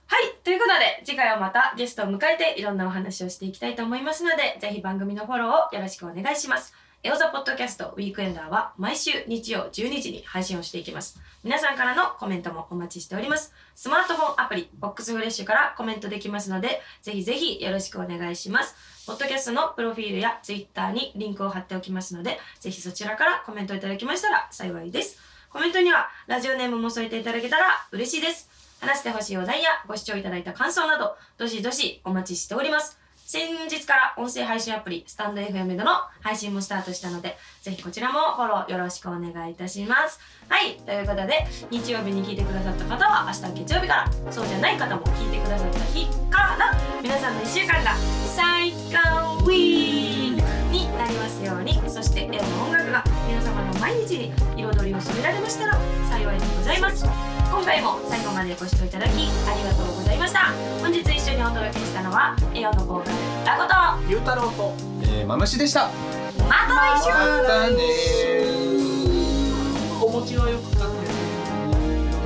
[SPEAKER 1] はいということで次回はまたゲストを迎えていろんなお話をしていきたいと思いますのでぜひ番組のフォローをよろしくお願いします。エオザポッドキャストウィークエンダーは毎週日曜12時に配信をしていきます。皆さんからのコメントもお待ちしております。スマートフォンアプリ BOX フレッシュからコメントできますのでぜひぜひよろしくお願いします。ポッドキャストのプロフィールやツイッターにリンクを貼っておきますのでぜひそちらからコメントいただきましたら幸いです。コメントにはラジオネームも添えていただけたら嬉しいです。話してほしいお題やご視聴いただいた感想など、どしどしお待ちしております。先日から音声配信アプリ、スタンド FM での配信もスタートしたので、ぜひこちらもフォローよろしくお願いいたします。はい、ということで、日曜日に聞いてくださった方は明日月曜日から、そうじゃない方も聞いてくださった日から、皆さんの1週間が最高ウィークになりますように、そして絵の音楽が皆様の毎日に彩りを添えられましたら幸いでございます。今回も最後までご視聴いただきありがとうございました本日一緒にお届けしたのはエオのボーカルラコと
[SPEAKER 2] ゆうたろうと
[SPEAKER 3] えーマムシでした
[SPEAKER 1] また来週
[SPEAKER 3] またねー
[SPEAKER 2] お餅はよく買って